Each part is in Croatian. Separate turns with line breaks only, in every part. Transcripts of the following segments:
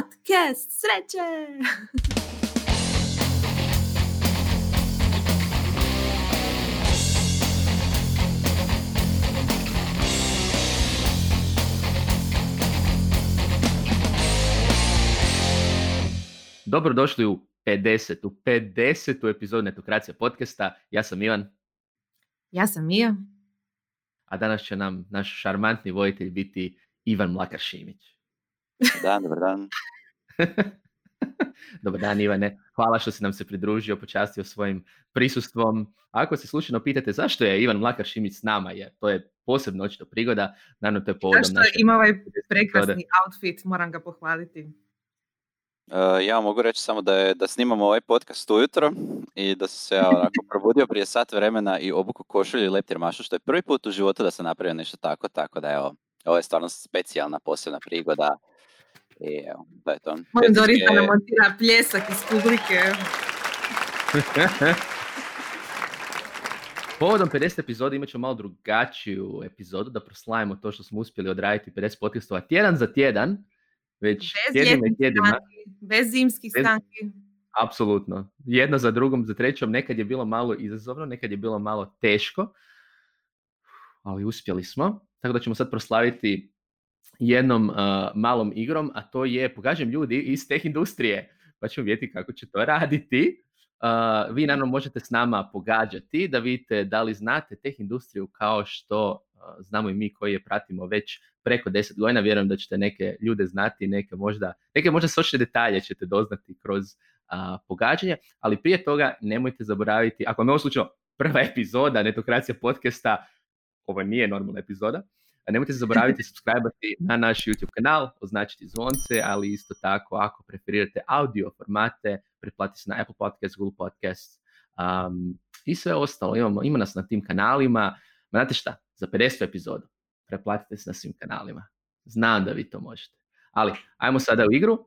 Podcast sreće!
Dobrodošli u 50. U 50. epizodu Netokracija podcasta. Ja sam Ivan,
Ja sam Mija.
a danas će nam naš šarmantni vojitelj biti Ivan Mlakar Šimić.
Dan, dobar dan.
Dobar dan Ivane, hvala što si nam se pridružio, počastio svojim prisustvom. Ako se slučajno pitate zašto je Ivan Mlakar Šimić s nama, jer to je posebno očito prigoda, naravno to je povodom
Zašto
naše-
ima ovaj prekrasni outfit, moram ga pohvaliti.
E, ja vam mogu reći samo da, je, da snimamo ovaj podcast ujutro i da sam se ja onako probudio prije sat vremena i obuku košulju i leptir mašu, što je prvi put u životu da sam napravio nešto tako, tako da evo, ovo je stvarno specijalna posebna prigoda. I evo, to je to.
Molim
Čestitke.
Dorita nam montira pljesak iz publike.
Povodom 50. epizode imat ćemo malo drugačiju epizodu da proslavimo to što smo uspjeli odraditi 50 podcastova tjedan za tjedan, već
Bez
tjednima
ljetnih
i tjednima.
stanki, bez zimskih
Bez-
stanki.
Apsolutno. Jedno za drugom, za trećom. Nekad je bilo malo izazovno, nekad je bilo malo teško, ali uspjeli smo. Tako da ćemo sad proslaviti jednom eh, malom igrom, a to je pogađam ljudi iz teh industrije. Pa ćemo vidjeti kako će to raditi. Eh, vi naravno možete s nama pogađati da vidite da li znate teh industriju kao što eh, znamo i mi koji je pratimo već preko 10 godina. Vjerujem da ćete neke ljude znati, neke možda, neke možda sočne detalje ćete doznati kroz a, pogađanja, ali prije toga nemojte zaboraviti, ako vam je ovo slučajno prva epizoda Netokracija podcasta, ovo nije normalna epizoda, a nemojte zaboraviti subscribe-ati na naš YouTube kanal, označiti zvonce, ali isto tako ako preferirate audio formate, pretplati se na Apple Podcast, Google Podcast um, i sve ostalo. Imamo, ima nas na tim kanalima. Ma znate šta, za 50. epizodu preplatite se na svim kanalima. Znam da vi to možete. Ali, ajmo sada u igru.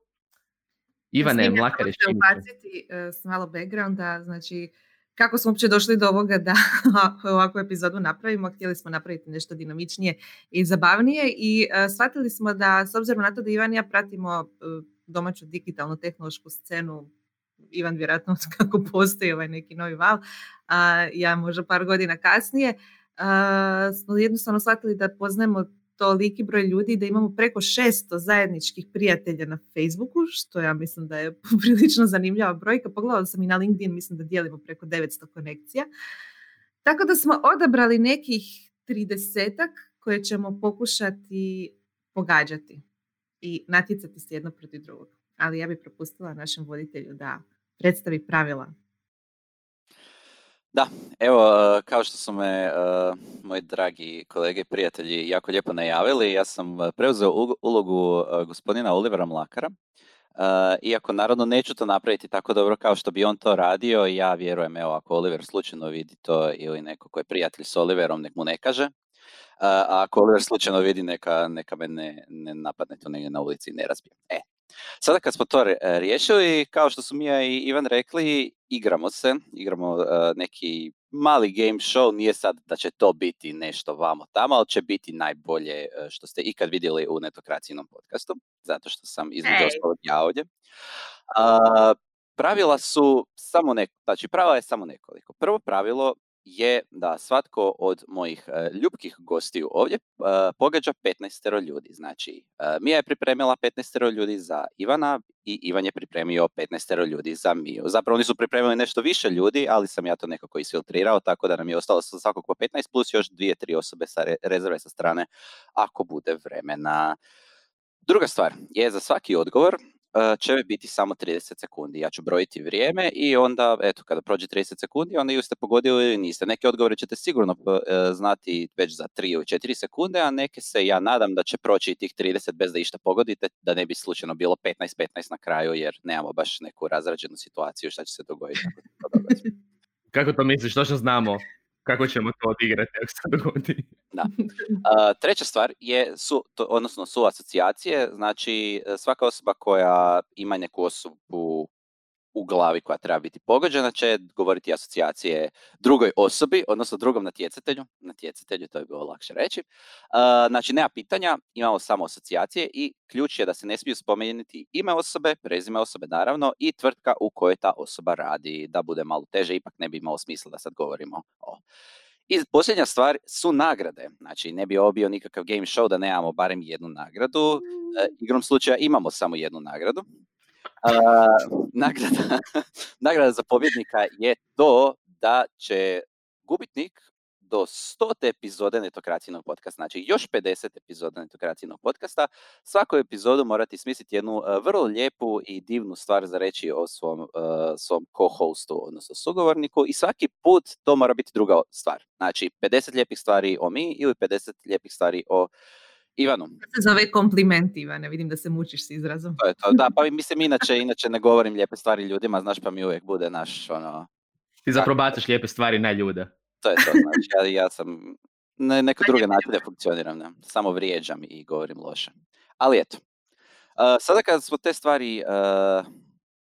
Ivane,
Mislim, ja
Mlakar je
ću ubaciti e, s malo backgrounda, znači kako smo uopće došli do ovoga da ovakvu epizodu napravimo, htjeli smo napraviti nešto dinamičnije i zabavnije i e, shvatili smo da s obzirom na to da Ivan i ja pratimo e, domaću digitalnu tehnološku scenu, Ivan vjerojatno od kako postoji ovaj neki novi val, a ja možda par godina kasnije, a, smo jednostavno shvatili da poznajemo toliki broj ljudi da imamo preko 600 zajedničkih prijatelja na Facebooku, što ja mislim da je prilično zanimljiva brojka. Pogledala sam i na LinkedIn, mislim da dijelimo preko 900 konekcija. Tako da smo odabrali nekih 30 koje ćemo pokušati pogađati i natjecati se jedno protiv drugog. Ali ja bi propustila našem voditelju da predstavi pravila.
Evo, e, kao što su me e, moji dragi kolege i prijatelji jako lijepo najavili, ja sam e, preuzeo ugo- ulogu e, gospodina Olivera Mlakara. E, Iako naravno neću to napraviti tako dobro kao što bi on to radio, ja vjerujem, evo, ako Oliver slučajno vidi to ili neko ko je prijatelj s Oliverom, nek mu ne kaže. E, A ako Oliver slučajno vidi, neka, neka me ne, ne napadne tu negdje na ulici i ne razbije. E, Sada kad smo to re- e, riješili, kao što su Mija i Ivan rekli, igramo se, igramo e, neki mali game show, nije sad da će to biti nešto vamo tamo, ali će biti najbolje e, što ste ikad vidjeli u Netokracijinom podcastu, zato što sam između
Ej.
ostalog ja ovdje. A, pravila su samo nekoliko, znači pravila je samo nekoliko. Prvo pravilo je da svatko od mojih e, ljubkih gostiju ovdje e, pogađa 15 ljudi. Znači, e, Mija je pripremila 15 ljudi za Ivana i Ivan je pripremio 15 ljudi za Miju. Zapravo oni su pripremili nešto više ljudi, ali sam ja to nekako isfiltrirao, tako da nam je ostalo sa svakog po 15 plus još dvije, tri osobe sa re- rezerve sa strane, ako bude vremena. Druga stvar je za svaki odgovor e, će biti samo 30 sekundi. Ja ću brojiti vrijeme i onda, eto, kada prođe 30 sekundi, onda ili ste pogodili ili niste. Neke odgovore ćete sigurno e, znati već za 3 ili 4 sekunde, a neke se ja nadam da će proći i tih 30 bez da išta pogodite, da ne bi slučajno bilo 15-15 na kraju, jer nemamo baš neku razrađenu situaciju šta će se dogoditi. ako se to dogodi.
Kako to misliš? Točno znamo kako ćemo to odigrati ako se dogodi.
A, E, treća stvar je su, to- odnosno su asocijacije, znači e, svaka osoba koja ima neku osobu u u glavi koja treba biti pogođena će govoriti asocijacije drugoj osobi, odnosno drugom natjecatelju. Natjecatelju to je bilo lakše reći. Znači, nema pitanja, imamo samo asocijacije i ključ je da se ne smiju spomenuti ime osobe, prezime osobe naravno i tvrtka u kojoj ta osoba radi. Da bude malo teže, ipak ne bi imalo smisla da sad govorimo o i posljednja stvar su nagrade. Znači, ne bi ovo bio nikakav game show da nemamo barem jednu nagradu. E, igrom slučaja imamo samo jednu nagradu. E, nagrada, nagrada za pobjednika je to da će gubitnik do 100. epizode Netokracijnog podcasta, znači još 50 epizoda Netokracijnog podcasta, svaku epizodu morati smisliti jednu e, vrlo lijepu i divnu stvar za reći o svom, uh, svom co-hostu, odnosno sugovorniku i svaki put to mora biti druga stvar. Znači 50 lijepih stvari o mi ili 50 lijepih stvari o Ivanu.
To se zove kompliment, Ivane, vidim da se mučiš s izrazom.
To je to, da, pa mislim, inače, inače ne govorim lijepe stvari ljudima, znaš, pa mi uvijek bude naš, ono...
Ti zapravo bacaš lijepe stvari na ljude
to je to, znači ja, ja sam na neke druge načine funkcioniram, ne? samo vrijeđam i govorim loše. Ali eto, uh, sada kad smo te stvari uh,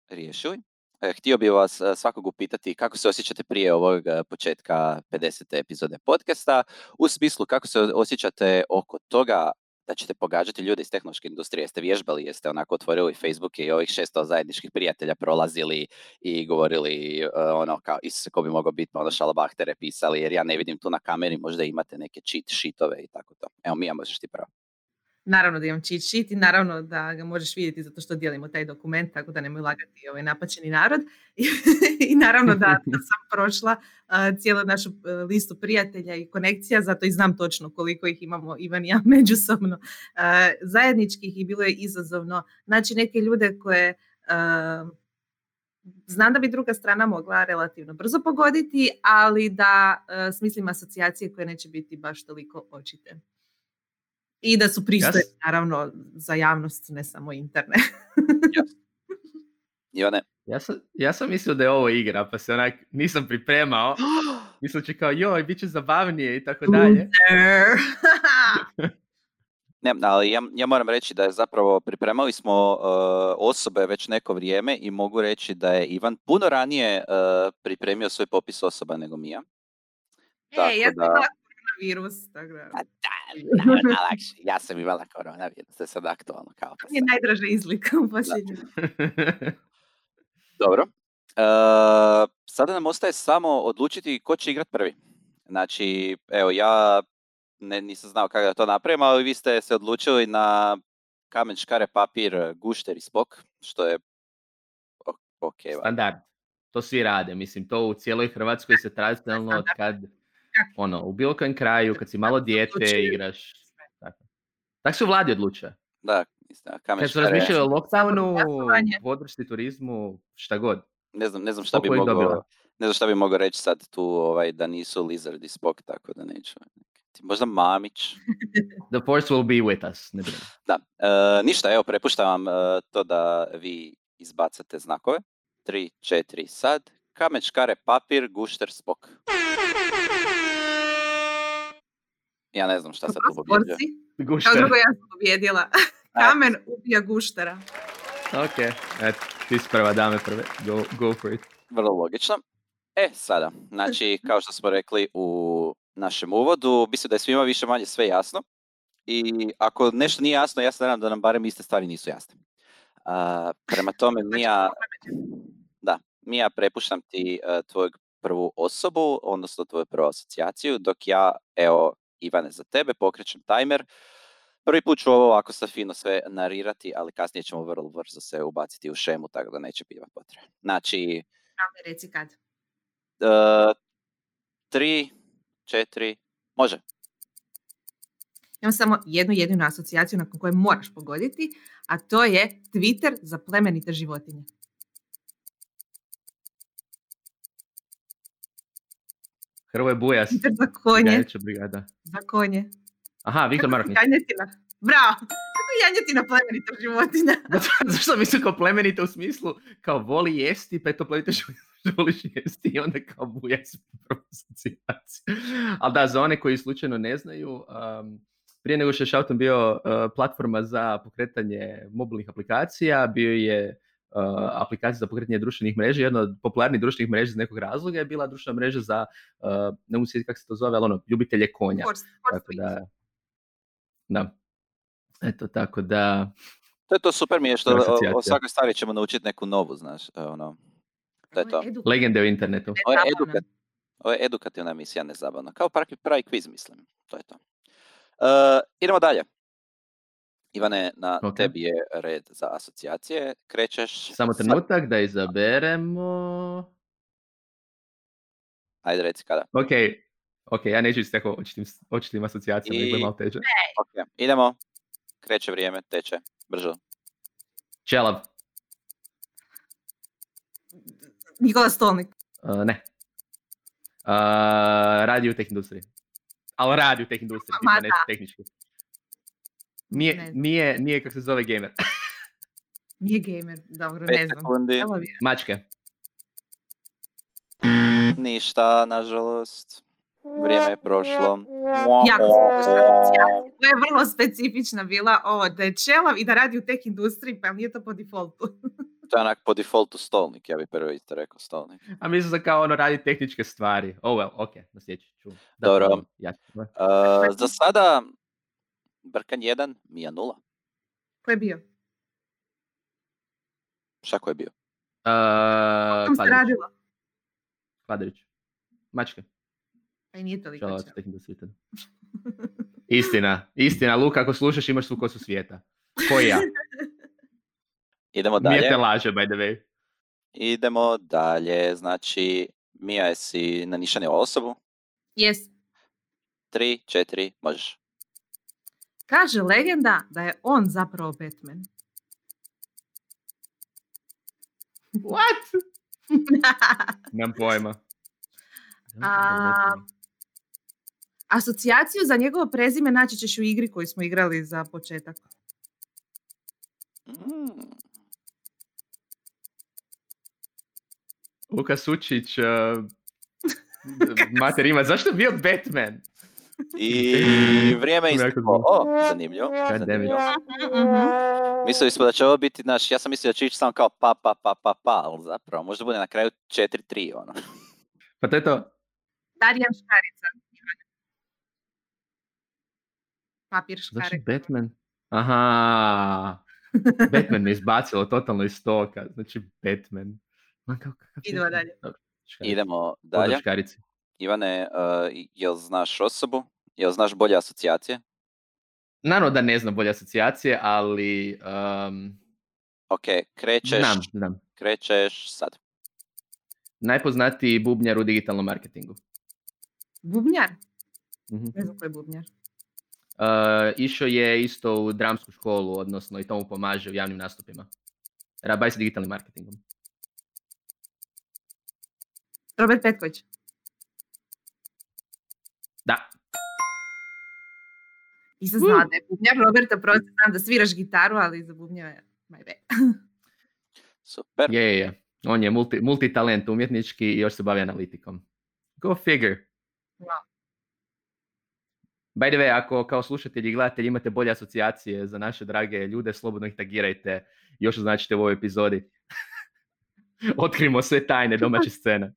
riješili, eh, htio bih vas uh, svakog upitati kako se osjećate prije ovog početka 50. epizode podcasta, u smislu kako se osjećate oko toga da ćete pogađati ljude iz tehnološke industrije. Jeste vježbali, jeste onako otvorili Facebook i ovih 600 zajedničkih prijatelja prolazili i govorili uh, ono kao is ko bi mogao biti, pa ono šalabahtere pisali jer ja ne vidim tu na kameri, možda imate neke cheat sheetove i tako to. Evo Mija možeš ti pravo.
Naravno da imam cheat sheet i naravno da ga možeš vidjeti zato što dijelimo taj dokument, tako da nemoj lagati ovaj napačeni narod. I naravno da, da sam prošla uh, cijelu našu uh, listu prijatelja i konekcija, zato i znam točno koliko ih imamo Ivan i ja međusobno uh, zajedničkih i bilo je izazovno. Znači neke ljude koje znam da bi druga strana mogla relativno brzo pogoditi, ali da e, smislim asocijacije koje neće biti baš toliko očite. I da su pristojni, yes. naravno, za javnost, ne samo interne.
Ivane?
Ja sam, ja sam mislio da je ovo igra, pa se onak nisam pripremao. Mislio će kao, joj, bit će zabavnije i tako dalje.
ne, ali ja, ja, moram reći da je zapravo pripremali smo uh, osobe već neko vrijeme i mogu reći da je Ivan puno ranije uh, pripremio svoj popis osoba nego mi ja.
E, tako ja da... sam virus. Tako da.
Pa da, da, da lakše. Ja sam imala koronavirus, to je sad aktualno. Kao
pa je najdraža izlika u posljednjem.
Dobro. Uh, sada nam ostaje samo odlučiti ko će igrat prvi. Znači, evo, ja ne, nisam znao kako da to napravim, ali vi ste se odlučili na kamen, škare, papir, gušter i spok, što je ok.
Standard. To svi rade, mislim, to u cijeloj Hrvatskoj se tradicionalno od kad ono, u bilo kojem kraju, kad si malo dijete, igraš. Tako. Tako se u vladi odlučuje.
Da,
Kad su razmišljali o lockdownu, podvršti turizmu, šta god.
Ne znam, ne znam šta bi mogao, ne znam šta bi mogao reći sad tu ovaj, da nisu Lizard i Spock, tako da neću. Možda Mamić.
The force will be with us. Ne
da, e, ništa, evo, prepuštam vam e, to da vi izbacate znakove. 3, 4, sad. Kamen, škare, papir, gušter, spok. Ja ne znam šta sad tu pobjedio.
Kao drugo ja sam pobjedila. Kamen ubija guštara.
Ok, et, ti sprava dame prve. Go, go for it.
Vrlo logično. E, sada, znači, kao što smo rekli u našem uvodu, mislim da je svima više manje sve jasno. I ako nešto nije jasno, ja se nadam da nam barem iste stvari nisu jasne. Uh, prema tome, Mija, da, Mija, prepuštam ti uh, tvoju prvu osobu, odnosno tvoju prvu asocijaciju, dok ja, evo, Ivane, za tebe, pokrećem tajmer. Prvi put ću ovo ovako sa fino sve narirati, ali kasnije ćemo vrlo brzo se ubaciti u šemu, tako da neće biti potrebe. Znači...
Pravno reci kad.
Uh, tri, četiri, može.
Imam samo jednu jedinu asocijaciju nakon koje moraš pogoditi, a to je Twitter za plemenite životinje.
Hrvoje Bujas.
Viktor za konje.
brigada.
Za konje.
Aha, Viktor Marković.
Janjetina. Bravo! Kako je janjetina plemenita životinja?
Zašto mislim kao plemenita u smislu kao voli jesti, pa je to plemenita životinja voliš jesti i onda kao bujas Ali da, za one koji slučajno ne znaju, um, prije nego što je Shouton bio uh, platforma za pokretanje mobilnih aplikacija, bio je aplikacija za pokretanje društvenih mreža. Jedna od popularnih društvenih mreža iz nekog razloga je bila društvena mreža za, uh, ne mogu se kako se to zove, ali ono, ljubitelje konja.
Horse- horse
Tako da, da. Eto, tako da,
To je to super mi je što
Dobra
o, o
asocijacija.
svakoj stvari ćemo naučiti neku novu, znaš, e, ono. To je
Ovo
to.
je edukativno,
legende o internetu.
Ovo je
zabavno.
edukat- Ovo je edukativna emisija, ne zabavna. Kao pravi, pravi kviz, mislim. To je to. E, idemo dalje. Ivane, na
Ok.
tebi je red za asocijacije. Krećeš...
Samo
sa-
trenutak da izaberemo...
Ajde, reci kada.
Ok, ok, ja neću ići s tako očitim, očitim asocijacijama, nego je
I-
malo teže.
Ok, idemo. Kreće vrijeme, teče. Brzo.
Čelav,
Nikola Stolnik.
uh, ne. Uh, radi u teh industriji. Ali radi u teh industriji,
Ma
tipa nešto tehnički. Nije,
Ne znam.
nije, nije kako se zove gamer.
Nije gamer, dobro,
Pet
ne znam.
sekundi.
Evo je.
Mačke.
Ništa, nažalost. Vrijeme je prošlo.
Jako skupo asocijacije. To je vrlo specifična bila ovo, da je čelav i da radi u tech industriji, pa nije to po defaultu.
To je onak po defaultu stolnik, ja bi prvi to rekao stolnik.
A mislim da kao ono radi tehničke stvari. Oh well, ok, na sljedeći ću. Da,
Dobro.
probam. Ja ću. E,
Uh, za sada Brkan 1, Mija 0.
Ko je bio?
Šta ko je bio?
Uh,
Tom se
Kladarić,
radilo.
Kladarić. Mačke.
Pa i nije toliko
Čelav
čelav.
u teh industriji. Istina, istina. Luka, ako slušaš, imaš svu kosu svijeta. Ko i ja.
Idemo
Nije te
dalje.
laže, by the way.
Idemo dalje. Znači, Mija je si nanišanila osobu.
Jes.
3, 4, možeš.
Kaže legenda da je on zapravo Batman.
What? Nemam pojma.
A- Asocijaciju za njegovo prezime naći ćeš u igri koju smo igrali za početak.
Mm,
Luka Sučić, uh, mater ima, zašto je bio Batman?
I vrijeme je
Jako
isteklo. O, zanimljivo.
God damn it.
zanimljivo. Mislili smo da će ovo biti naš, ja sam mislio da će ići samo kao pa pa pa pa pa, ali zapravo možda bude na kraju 4-3 ono.
Pa to je to.
Darijan Škarica. Papir
Zašto
Škarica.
Znači Batman? Aha. Batman me izbacilo totalno iz toka. Znači, Batman. Ma, kao, kakav
Idemo
Batman?
dalje.
Dobro, škarice.
Idemo
Pozdrav
dalje.
škarici.
Ivane, uh, jel znaš osobu? Jel znaš bolje asocijacije?
Naravno da ne znam bolje asocijacije, ali um,
Ok, krećeš,
znam, znam.
krećeš sad.
Najpoznatiji bubnjar u digitalnom marketingu.
Bubnjar?
Mhm.
Ne znam koji je bubnjar.
Uh, išao je isto u dramsku školu, odnosno i to mu pomaže u javnim nastupima. Ra- Bavi se digitalnim marketingom.
Robert Petković.
Da,
Nisam znala da je bubnjar. Roberta, prosti, znam da sviraš gitaru, ali za bubnjeve my bad.
Super.
je, je, je. On je multi, multitalent umjetnički i još se bavi analitikom. Go figure.
Wow.
By the way, ako kao slušatelji i gledatelji imate bolje asocijacije za naše drage ljude, slobodno ih tagirajte. Još označite u ovoj epizodi. Otkrimo sve tajne domaće scene.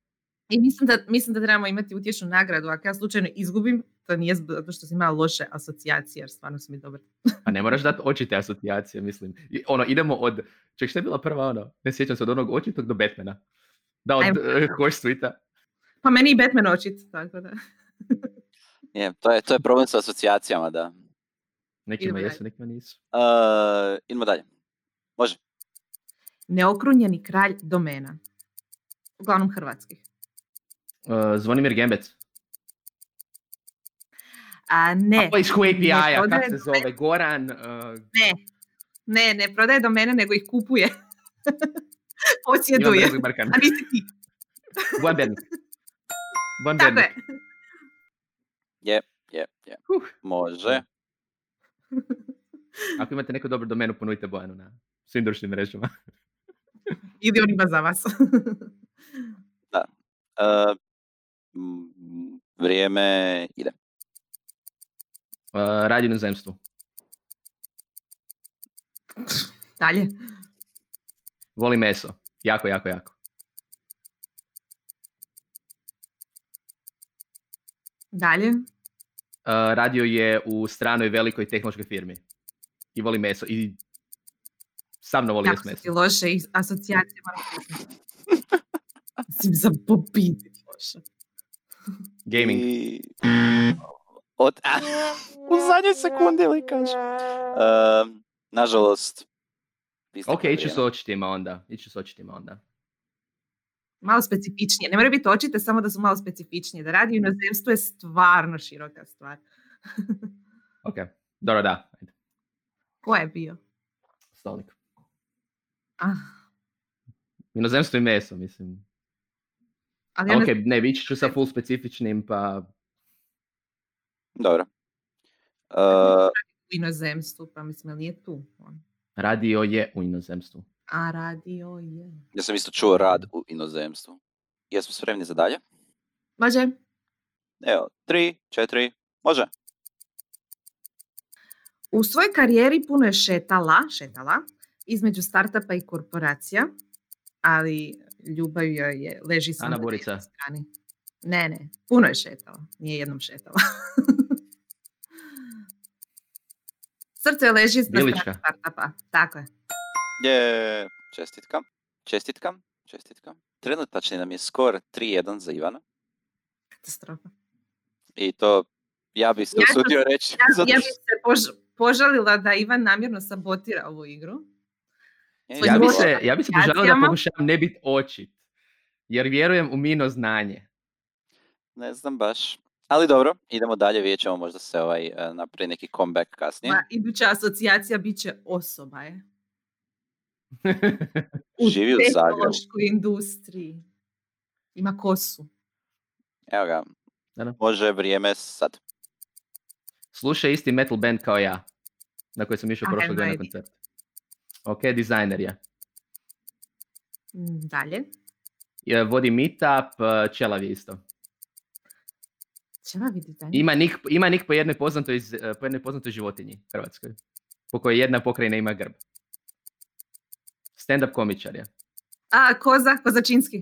I mislim da, mislim da trebamo imati utječnu nagradu. Ako ja slučajno izgubim, to nije zb- zato što sam imala loše asocijacije, jer stvarno su mi dobre.
A ne moraš dati očite asocijacije, mislim. I, ono, idemo od... Ček, šta je bila prva ono? Ne sjećam se od onog očitog do Batmana. Da, od
Ajmo.
eh, Horse Streeta.
Pa meni i Batman očit, tako da.
Je, to, je, to je problem sa asocijacijama, da.
Nekima
Idemo
jesu, nekima nisu.
Uh, idemo dalje.
Neokrunjeni kralj domena. Uglavnom hrvatskih.
Eh, Zvonimir Gembec.
A ne,
A pa iz API-a,
ne
kako
prodaje
se zove, Goran, uh,
ne, ne prodaje domene, nego ih kupuje.
Ivan
Posjeduje.
Brzić Brkan,
A nisi ti,
Bojan Bernik. Bojan
tako
Bernik.
je.
Je, je.
Uh.
Može.
Ako imate neku dobru domenu, ponudite Bojanu na svim društvenim mrežama.
Ili on ima za vas.
Uh, m, vrijeme ide.
Uh, radi na zemstvu.
Dalje.
Voli meso. Jako, jako, jako.
Dalje.
Uh, radio je u stranoj velikoj tehnološkoj firmi. I voli meso. I stavno voli jest
Jako su
meso.
ti loše i asocijacije moram priznati. Mislim, za pobiti loše.
Gaming.
I... Od... u zadnjoj sekundi li kaže. Ehm, nažalost. isteklo
Ok, ići ću s
vrijeme.
očitima onda. Iću s očitima onda.
Malo specifičnije. Ne moraju biti očite, samo da su malo specifičnije. Da radi u inozemstvu je stvarno široka stvar.
Ok, dobro da. Ajde.
Ko je bio?
Stolnik.
Ah,
Inozemstvo i meso, mislim.
ali ja
A
ne-
Ok, ne, ići ću sa full specifičnim, pa
Dobro. Ehm,
u inozemstvu, pa mislim, ali nije tu. on.
radio je u inozemstvu.
A radio je.
ja sam isto čuo rad u inozemstvu. Jesmo spremni za dalje?
Može,
Evo, tri, četiri, može.
U svojoj karijeri puno je šetala, šetala između startupa i korporacija, ali ljubav joj je, leži samo
Ana
na
Burica.
jednoj strani. Ne, ne, puno je šetala, nije jednom šetala. Srce joj leži na strani
Bilićka.
startupa, tako je.
Je, čestitkam, čestitkam, čestitkam. Trenutačni nam je skor 3-1 za Ivana.
Katastrofa.
I to ja bi se
Ja sam-
usudio reći.
Ja,
zato
ja bih
što-
se pož- požalila da Ivan namjerno sabotira ovu igru.
E,
Svoj
Ja bi
Možda
se, ja bi se požalio da
asocijacijama.
pokušavam ne biti očit. Jer vjerujem u mino znanje.
Ne znam baš. Ali dobro, idemo dalje, vidjet ćemo možda se ovaj, e, napravi neki comeback kasnije.
Ma, Pa iduća asocijacija bit će osoba je.
Živi u Zagrebu.
tehnološkoj industriji. Ima kosu.
Evo ga.
Da, da.
Može vrijeme sad.
Sluša isti metal band kao ja. Na koji sam išao
Aha,
prošle godine na
ajde.
koncert. Ok, dizajner je.
Mm, Dalje.
je. Vodi meetup, e, čelav je isto.
Čela vidi dalje?
Ima nik, ima nik po jednoj poznatoj, iz- e, po jednoj poznatoj životinji u Hrvatskoj. Po kojoj jedna pokrajina ima grb. Stand-up komičar je.
A, koza, kozačinski.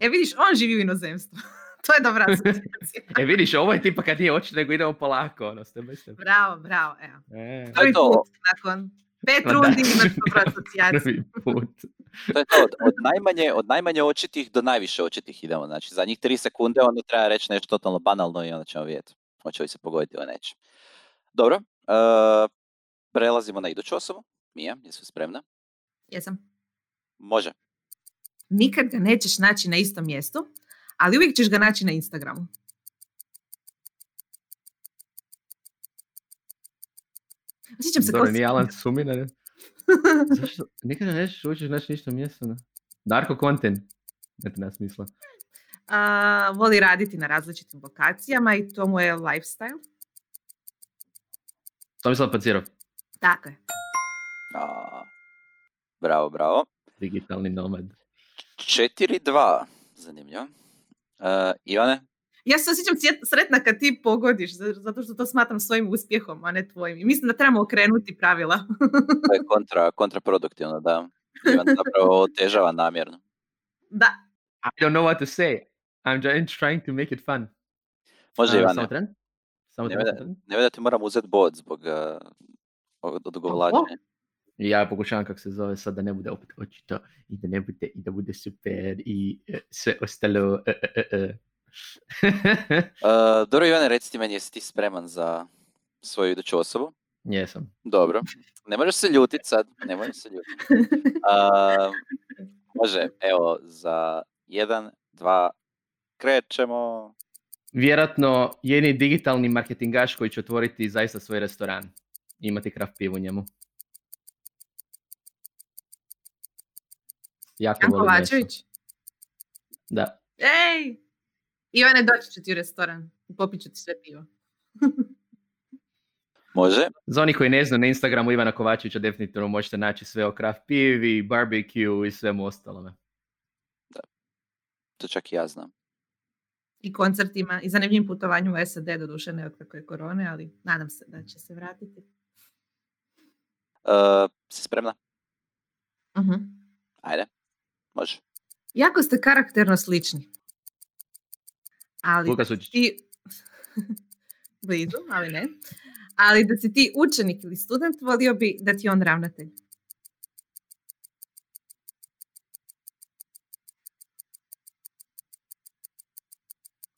E vidiš, on živi u inozemstvu. to je dobra asocijacija.
E vidiš, ovo je tipa kad nije očito, nego idemo polako. Ono, step by step.
bravo, bravo, evo.
E,
To
Prvi
je to.
put nakon pet
Ma da.
rundi imaš dobru asocijaciju.
prvi put.
To je to, od, od najmanje, od najmanje očitih do najviše očitih idemo. Znači, za njih tri sekunde onda treba reći nešto totalno banalno i onda ćemo vidjeti. Hoće li se pogoditi ili neće. Dobro, e, prelazimo na iduću osobu. Mija, jesi spremna?
Jesam.
Može.
Nikad ga nećeš naći na istom mjestu, ali uvijek ćeš ga naći na Instagramu. Sjećam se
Dobro,
kao
nije
sin-
Alan Sumina, ne? Zašto? Nikada nećeš učiš naš ništa mjesto, ne? Narko content. Eto, nema smisla.
A, voli raditi na različitim lokacijama i to mu je lifestyle.
Tomislav Pacirov,
Tako je.
A, bravo, bravo.
digitalni nomad.
4-2. Zanimljivo. E, Ivane,
Ja se osjećam sjet- sretna kad ti pogodiš, za- zato što to smatram svojim uspjehom, a ne tvojim. I mislim da trebamo okrenuti pravila.
to je kontra, kontraproduktivno, da. Ivan zapravo otežava namjerno.
da,
I don't know what to say. I'm just trying to make it fun.
Može,
A,
Ivane.
Samo tren? Samo
Ne
tren,
vede.
samo tren?
Ne vjerujem da ti moram uzeti bod zbog uh, odugovlačenja.
I ja pokušavam kako se zove sad da ne bude opet očito i da ne bude i da bude super i e, sve ostalo. e, e, e, e.
Uh, dobro, Ivane, reci ti meni, jesi ti spreman za svoju iduću osobu?
Jesam.
Dobro. Ne možeš se ljutit sad, ne možeš se ljutit. Uh, može, evo, za jedan, dva, krećemo.
Vjerojatno jedni digitalni marketingaš koji će otvoriti zaista svoj restoran i imati kraft pivu u njemu. Jako
Jan
volim meso.
Kovačević.
Da.
Ej! Ivane, doći ću ti u restoran. i Popit ću ti sve pivo.
Može,
Za onih koji ne znaju, na Instagramu Ivana Kovačevića definitivno možete naći sve o kraft pivi, barbecue i svemu ostalome.
to čak i ja znam.
I koncertima, i zanimljivim putovanju u SAD, doduše ne od kako je korone, ali nadam se da će se vratiti.
Uh, si spremna?
Mhm.
Ajde, može.
Jako ste karakterno slični. Ali
Luka
da
Sučić.
si ti... Blizu, ali ne. Ali da si ti učenik ili student, volio bi da ti je on ravnatelj.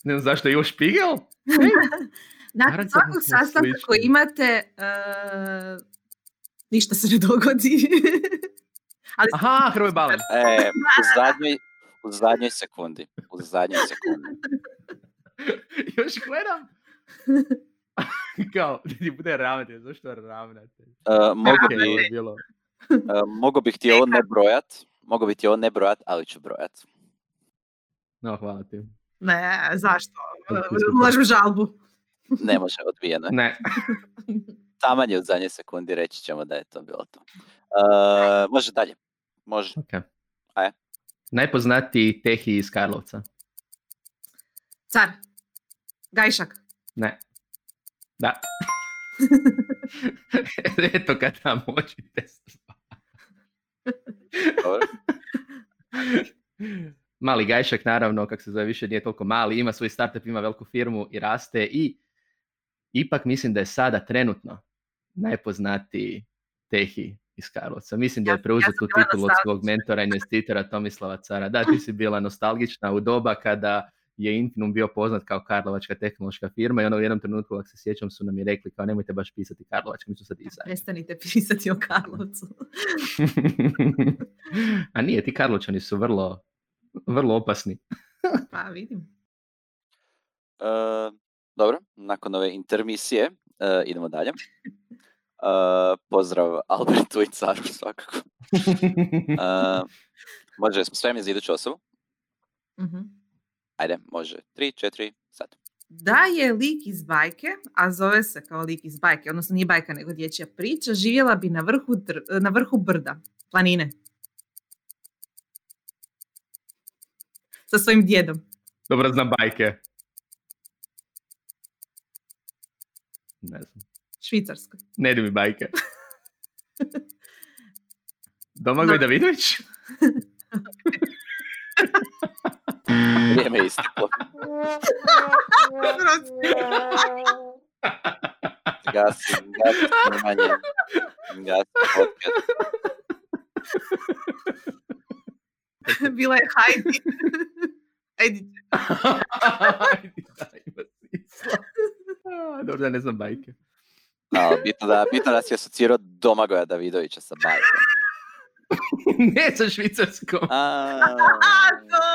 Ne znam zašto je još špigel?
Nakon
Karakterno
svakog
smo
sastanka
slični.
koji imate, eh, ništa se ne dogodi. ali
Aha, Hrvoj Balen.
E, u zadnjoj, u zadnjoj sekundi. U zadnjoj sekundi.
Još gledam. Kao, da ti bude ravnatelj, zašto ravnatelj?
Uh, mogu,
Okej, ovo
bi,
je bilo.
uh, mogu bih ti ovo ne brojat, mogu bi ti ovo ne brojat, ali ću brojat.
No, hvala ti.
ne, zašto?
Kako smo
Ulažu žalbu.
Ne može, odbijeno je.
Ne,
Taman je u zadnjoj sekundi, reći ćemo da je to bilo to. Uh, može dalje. Može.
ok.
Ajde.
Najpoznatiji tehi iz Karlovca.
Car. Gajšak.
Ne. Da. Eto kada moćite.
Dobro.
Mali Gajšak, naravno, kak se zove, više nije toliko mali, ima svoj startup, ima veliku firmu i raste i ipak mislim da je sada trenutno najpoznatiji tehi iz Karlovca. Mislim da
Ja-
je preuzeo
ja sam
tu
bila
titulu od svog mentora, investitora Tomislava Cara. Da, ti si bila nostalgična u doba kada je Infinum bio poznat kao Karlovačka tehnološka firma i ono u jednom trenutku, ako se sjećam, su nam i rekli kao nemojte baš pisati Karlovačka, mi smo sad iza.
Prestanite pisati o Karlovcu.
A nije, ti Karlovčani su vrlo, vrlo opasni.
Pa vidim.
E, dobro, nakon ove intermisije e, idemo dalje. E, pozdrav Albertu i Caru svakako. E, može, spremni za iduću osobu?
Mhm.
Ajde, može. 3, 4, sad.
Da je lik iz bajke, a zove se kao lik iz bajke, odnosno nije bajka nego dječja priča, živjela bi na vrhu, dr- na vrhu brda, planine. Sa svojim djedom.
Dobro, znam bajke. Ne znam.
Švicarskoj.
Ne idu mi bajke. Domagoj
Da.
Davidović?
Vrijeme je isteklo. Gasim, gasim, snimanje. Gasim, podcast.
Bila je Heidi. Heidi.
Ajde, daj, ima smisla. A, Dobro da ne znam bajke.
Ali bitno da, bitno da si asocirao Domagoja Davidovića sa bajkom.
ne sa švicarskom.
A,
A, to!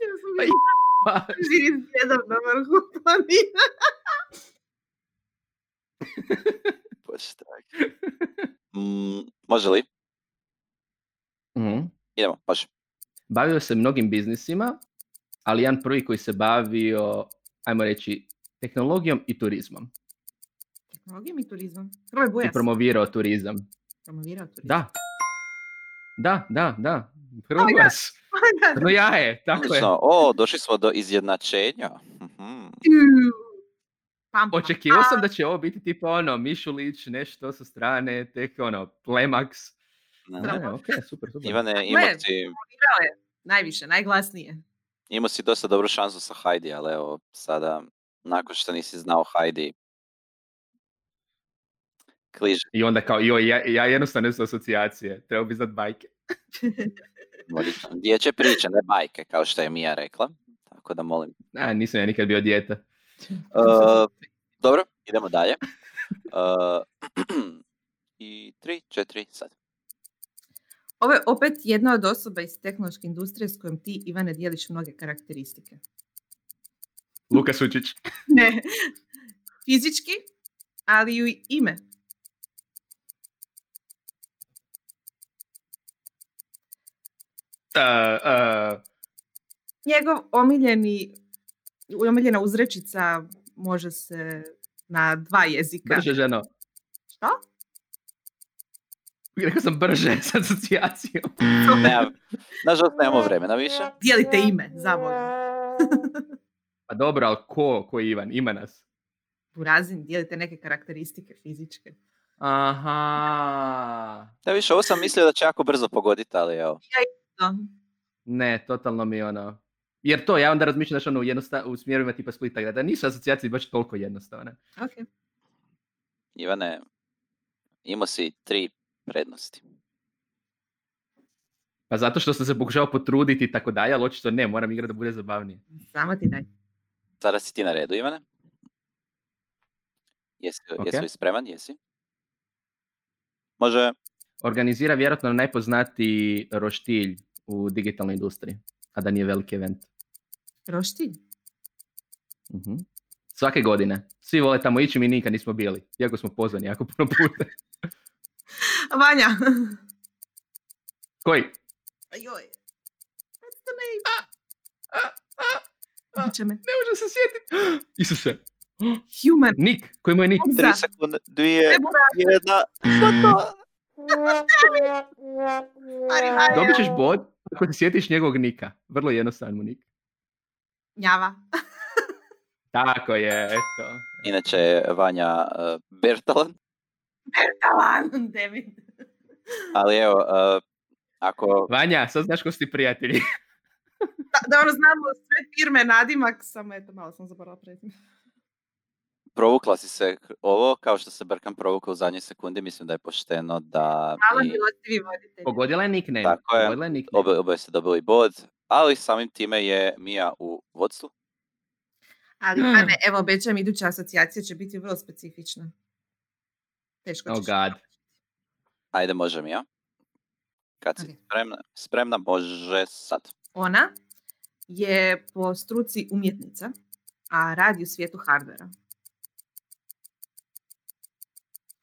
Ja sam
Pa
bila
Pa,
živi s djedom na vrhu planine.
bože dragi. Mm, može li?
mhm.
Idemo, može.
Bavio se mnogim biznisima, ali jedan prvi koji se bavio, ajmo reći, tehnologijom i turizmom.
Tehnologijom i turizmom. Hrvoje
I
Bujas.
promovirao turizam.
Promovirao turizam.
Da. Da, da, da. Prvo glas.
Da, da.
No jaje, tako je.
Odlično. O, došli smo do izjednačenja. Mhm.
Pam, pam,
Očekivao sam da će ovo biti tipa ono, Mišulić, nešto sa strane, tek ono, Plemax.
Ne.
Ne, okej, super, super.
Ivane, imao si,
Igrao je najviše, najglasnije.
imao si dosta dobru šansu sa Heidi, ali evo, sada, nakon što nisi znao Heidi, kliže,
I onda kao, joj, ja, ja jednostavno ne su asocijacije, trebao bi znat bajke.
odlično. dječje priče, ne bajke, kao što je Mija rekla. Tako da molim.
A, nisam ja nikad bio dijete.
E, dobro, idemo dalje. E, I tri, četiri, sad.
Ovo je opet jedna od osoba iz tehnološke industrije s kojom ti, Ivane, dijeliš mnoge karakteristike.
Luka Sučić.
Ne. Fizički, ali i u ime.
Uh, uh,
Njegov omiljeni, omiljena uzrečica može se na dva jezika.
brže, ženo.
Šta?
Rekao sam brže s asocijacijom.
Nemam, nažalost, nemamo vremena više.
Dijelite ime, zamolim.
Pa dobro, ali ko, ko je Ivan? Ima nas.
Burazin, dijelite neke karakteristike fizičke.
Aha.
Da više, ovo sam mislio da će jako brzo pogoditi, ali evo.
Da.
Ne, totalno mi je ono... Jer to, ja onda razmišljam da što ono u, jednosta- u smjerovima tipa Splita grada. Nisu asocijacije baš toliko jednostavne.
Ok.
Ivane, imao si tri prednosti.
Pa zato što sam se pokušao potruditi i tako dalje, ali očito ne, moram igrati da bude zabavnije.
Samo ti daj.
Sada si ti na redu, Ivane. Jesi,
Ok.
jesi li spreman? Jesi. Može.
Organizira vjerojatno najpoznatiji roštilj u digitalnoj industriji, a da nije veliki event.
Roštilj?
Mhm. Svake godine. Svi vole tamo ići, mi nikad nismo bili. Iako smo pozvani jako puno puta.
Vanja!
Koji?
Ajoj. Pa to ne Uče Znači, me.
Ne možem se sjetiti. Isuse.
Human.
Nik. Koji mu je Nik?
Za.
Tri sekunde, dvije,
Ne buraz,
jedna. gotovo.
stari, ajoj.
Dobit ćeš bod ako se sjetiš njegovog Nika. Vrlo jednostavan mu Nik.
Njava.
Tako je, eto.
Inače, Vanja eh, Bertalan.
Talan, David.
Ali evo, eh, ako...
Vanja, sad znaš ko su ti prijatelji.
Da, da ono znamo sve firme, nadimak, samo eto, malo sam zaboravila prezime.
provukla si se k- ovo, kao što se Brkan provukao u zadnjoj sekundi, mislim da je pošteno da
Hvala,
i
bilo ste vi voditelji.
Pogodila je nickname.
Tako je.
Pogodila je nickname.
obe, oboje ste dobili bod, ali samim time je Mija u vodstvu.
Ali,
Mm.
Ane, evo, obećajem, iduća asocijacija će biti vrlo specifična. Teško
Oh
ćeš.
god.
Ajde, može Mija. Kad si
Ok.
spremna, spremna, može sad.
Ona je po struci umjetnica, a radi u svijetu hardvera.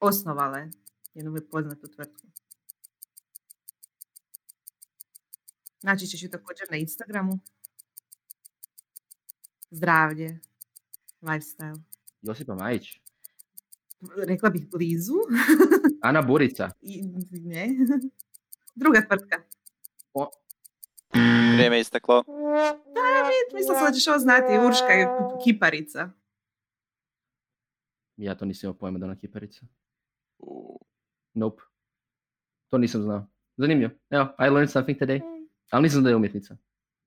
Osnovala je jednu poznatu tvrtku. Naći ćeš ju također na Instagramu. Zdravlje, lifestyle.
Josipa Majić.
Rekla bih blizu.
Ana Burica.
I, ne. Druga tvrtka.
Vrijeme je isteklo.
Mislim da ćeš ovo znati. Urška je kiparica.
Ja to nisam imao pojma da je ona kiparica.
U,
Nope. To nisam znao. Zanimljivo. Evo, I learned something today. Ali nisam da je umjetnica.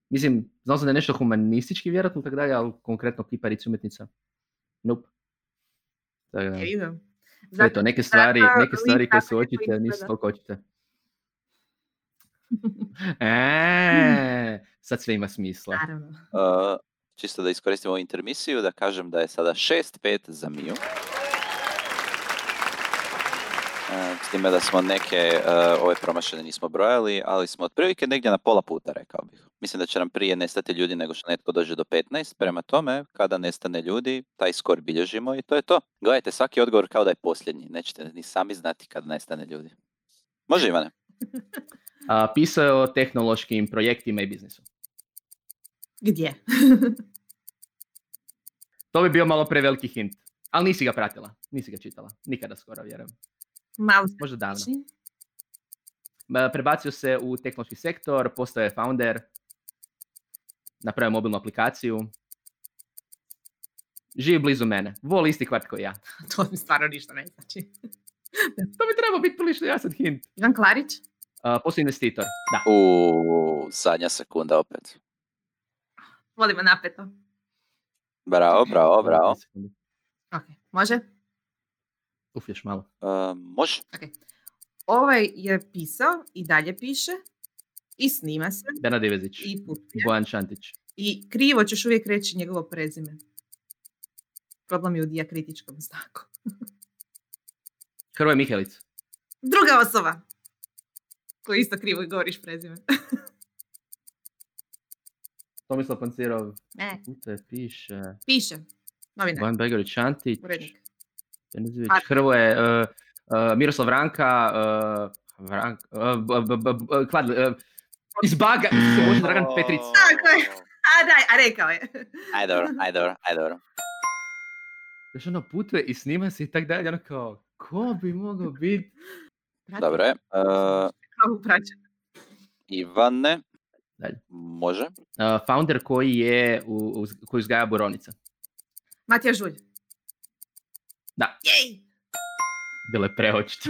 Mislim, znao sam da je nešto no humanistički vjerojatno tako dalje, ali konkretno kiparica umjetnica. Nope. Tako da,
Ja idem.
to je to. Neke stvari, neke stvari koje su očite, nisu
nisam.
toliko očite. E, sad sve ima smisla.
Naravno.
eh, čisto da iskoristim ovu intermisiju, da kažem da je sada 6-5 za Miju. Uh, Eh, S time da smo neke eh, ove promašene nismo brojali, ali smo otprilike negdje na pola puta, rekao bih. Mislim da će nam prije nestati ljudi nego što netko dođe do 15, prema tome, kada nestane ljudi, taj skor bilježimo i to je to. Gledajte, svaki odgovor kao da je posljednji, nećete ni sami znati kada nestane ljudi. Može, Ivane?
A, pisao je o tehnološkim projektima i biznisu.
Gdje?
To bi bio malo preveliki hint. Ali nisi ga pratila, nisi ga čitala. Nikada skoro, vjerujem.
Malo znači,
Možda davno.
slični.
Ma, Prebacio se u tehnološki sektor, postao je founder, napravio mobilnu aplikaciju. Živi blizu mene. Voli isti kvart koji ja.
To mi stvarno ništa ne znači.
To bi trebao biti prilično jasan hint.
Ivan Klarić?
A, postao je investitor, da.
U zadnja sekunda opet.
Volimo napeto.
Bravo, bravo, bravo.
Ok, može?
Uf, još malo.
Eh, može?
Ovaj je pisao i dalje piše i snima se
Bernard Ivezić,
i putuje.
Bojan Šantić.
I krivo ćeš uvijek reći njegovo prezime. Problem je u dijakritičkom znaku.
Hrvoje Mihelic,
Druga osoba koju isto krivo govoriš prezime.
Tomislav Pancirov,
Ne,
tu te piše,
E, piše. Novinar,
Bojan Begović Šantić,
urednik.
Bernardović,
Ar-
Hrvoje, uh, uh, Miroslav Ranka, uh, Rank, uh, b- b- b- b- Klad, uh, iz Baga, Isuse Bože, Dragan Petric.
Tako je. A daj, a rekao je.
Aj dobro, aj dobro, aj dobro.
Još ono putuje i snima se i tak dalje, ono kao, ko bi mogao biti?
Prati.
Dobro je. Eh,
Kao praćen.
Ivane.
Dalje.
Može.
Uh, founder koji je, u, uz- koji uzgaja buronica.
Matija Žulj.
Da.
Jej!
bile preočite.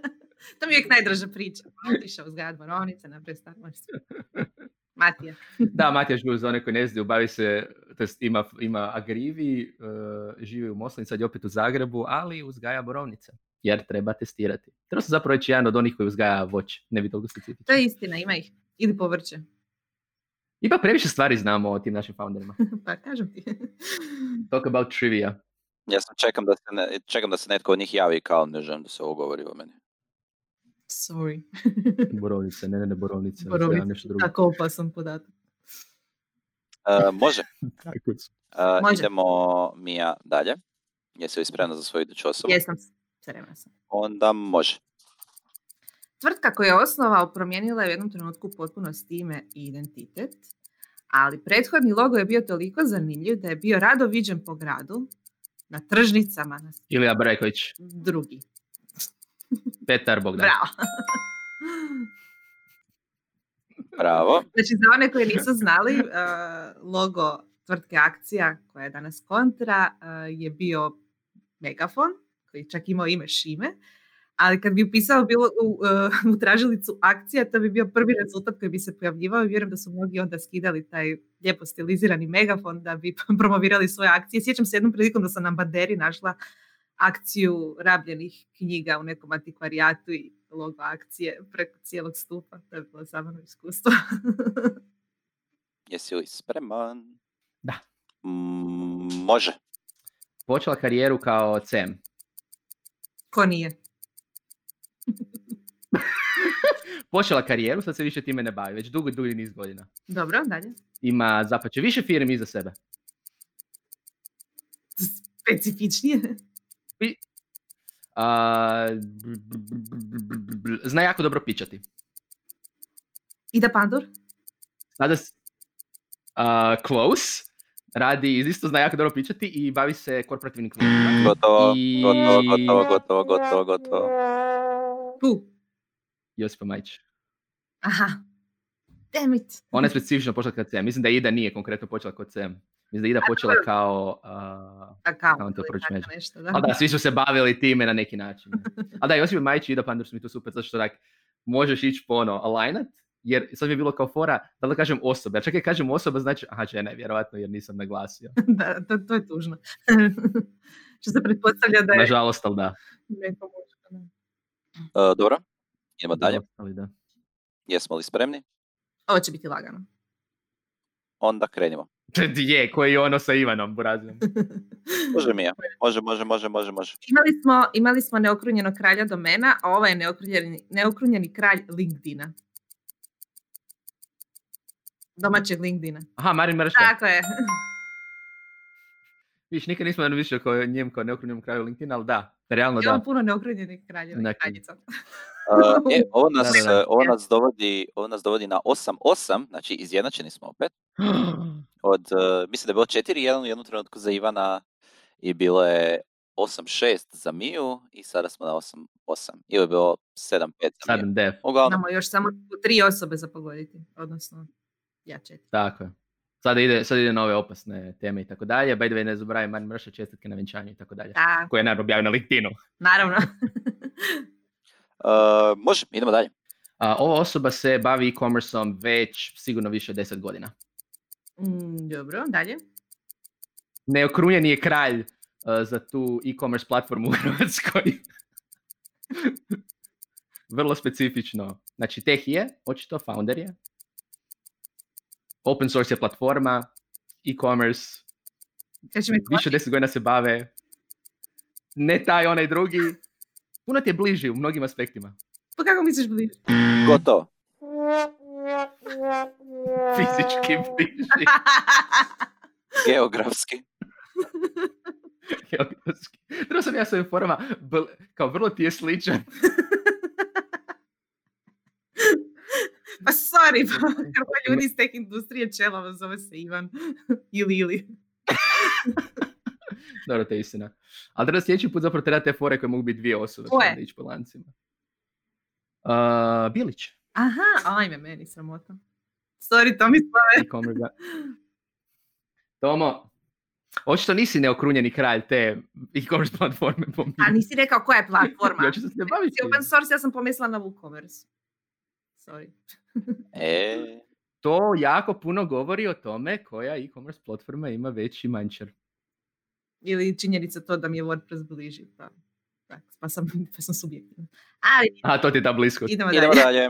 to mi je uvijek najdraža priča. Otišao u zgrad Moronice, napravio Star Wars. Matija.
da, Matija živi za one koji ne znaju, bavi se, to jest ima, ima agrivi, uh, živi u Moslini, sad je opet u Zagrebu, ali uzgaja borovnice, jer treba testirati. Treba sam zapravo reći jedan od onih koji uzgaja voće, ne bi toliko se cititi.
To je istina, ima ih. Ili povrće.
Ipak previše stvari znamo o tim našim founderima.
pa kažem ti.
Talk about trivia.
Ja sam čekam da se, ne- čekam da se netko od njih javi kao ne želim da se ovo govori o meni.
Sorry.
Borovnice, ne, ne, ne, borovnice. uzgaja
Borovnice,
nešto drugo.
tako opasan podatak.
E, može,
Tako je.
E,
Može.
idemo Mija dalje. Jesi li spremna za svoju iduću osobu?
Jesam, spremna sam.
Onda može.
Tvrtka koju je osnovao promijenila je u jednom trenutku potpuno s time i identitet, ali prethodni logo je bio toliko zanimljiv da je bio rado viđen po gradu, na tržnicama, na
Ilija Brajković,
drugi.
Petar Bogdan.
Bravo.
Bravo.
Znači, za one koji nisu znali, eh, logo tvrtke Akcija, koja je danas kontra, eh, je bio megafon, koji je čak imao ime Šime, ali kad bi upisao bilo u, eh, u tražilicu akcija, to bi bio prvi rezultat koji bi se pojavljivao i vjerujem da su mnogi onda skidali taj lijepo stilizirani megafon da bi promovirali svoje akcije. Sjećam se jednom prilikom da sam na banderi našla akciju rabljenih knjiga u nekom antikvarijatu i logo akcije preko cijelog stupa. To je bilo zabavno iskustvo.
Jesi li spreman?
Da.
Mm, može.
Počela karijeru kao CM.
Ko nije?
Počela karijeru, sad se više time ne bavi, već dugo, dugi niz godina.
Dobro, dalje.
Ima zapače više firmi iza sebe.
Specifičnije.
A, bl- bl- bl- bl- bl- bl- bl- zna jako dobro pičati.
Ida Pandor?
Sada s- a, close, radi, isto zna jako dobro pičati i bavi se korporativnim klijentima.
Mm. Gotovo,
I-
gotovo, gotovo, gotovo, gotovo, gotovo.
Tu.
Josipa Majić.
Aha. Damn it.
Ona je specifično počela kao CM. Mislim da Ida nije konkretno počela kao CM. Mislim da je Ida počela kao... a,
Account
Account
ili
approach
tako
manager.
nešto,
ali
da.
da, svi su se bavili time na neki način. ne. Ali da, Josip Majić i Ida Pandur su mi tu super, zato što tak, možeš ići po ono, alignat, jer sad bi bilo kao fora, da li da kažem osobe, a čak i kažem osoba, znači, aha, žena je vjerojatno, jer nisam naglasio.
da, to, to je tužno. Što se pretpostavlja da je
Nažalost, ali da.
neko muško, da.
E, dobro, idemo dalje.
Nažalost, ali da.
Jesmo li spremni?
Ovo će biti lagano.
Onda krenimo.
Je, koji je ono sa Ivanom Burazinom.
Može mi Može, može, može, može, može.
imali, smo, imali smo neokrunjenog kralja domena, a ovaj je neokrunjeni, neokrunjeni kralj LinkedIna. Domaćeg LinkedIna.
Aha, Marin Mrška.
Tako je.
Viš, nikad nismo više o njem kao neokrunjenom kraju LinkedIn, ali da, realno Pa da.
Imamo puno neokrunjenih kraljeva i
Dakle.
kraljica.
Uh, e, ovo nas,
Da, da, da.
e, ovo nas dovodi, ovo nas dovodi na 8-8, znači izjednačeni smo opet. Od, e, mislim da je bilo 4-1 u jednom trenutku za Ivana i bilo je 8-6 za Miju i sada smo na 8-8. Ili je bilo 7-5 za Miju.
Sudden death,
Uglavnom,
Imamo još samo tri osobe za pogoditi, odnosno ja četiri.
tako je. Sada ide, sad ide nove opasne teme i tako dalje. By the way, ne zaboravim Marin Mrša, čestitke na venčanju i tako dalje.
Da,
Koje je naravno objavio na LinkedInu.
naravno.
e, može, idemo dalje.
A, ova osoba se bavi e-commerceom već sigurno više od 10 godina.
Mm, dobro, dalje.
Neokrunjen je kralj e, za tu e-commerce platformu u Hrvatskoj. Vrlo specifično. Znači, teh je, očito founder je. Open source je platforma, e-commerce,
Kaži mi,
više od 10 godina se bave. Ne taj, onaj drugi. Puno ti je bliži u mnogim aspektima.
pa kako misliš bliže?
Gotovo.
Fizički bliži.
Geografski.
geografski. Treba sam ja svojim forma, bl- kao vrlo ti je sličan.
Pa sorry, pa kako ljudi iz teh industrije čelava zove se Ivan ili ili.
Dobro, to je istina. Ali treba sljedeći put zapravo treba te fore koje mogu biti dvije osobe. pa
Koje?
onda ići po lancima. Uh, Bilić.
Aha, ajme, meni sramota. Sorry, to mi
e-commerce, da. Tomo, Očito nisi neokrunjeni kralj te e-commerce platforme. po meni.
A nisi rekao koja je platforma?
Ja ću se ne baviti.
Si open source, ja sam pomislila na WooCommerce. Sorry.
E,
To jako puno govori o tome koja e-commerce platforma ima veći mančer.
Ili činjenica to da mi je WordPress bliži. Pa, tak, pa sam, pa sam subjektivna. Ali
A, to ti je ta bliskost.
idemo dalje.
idemo dalje.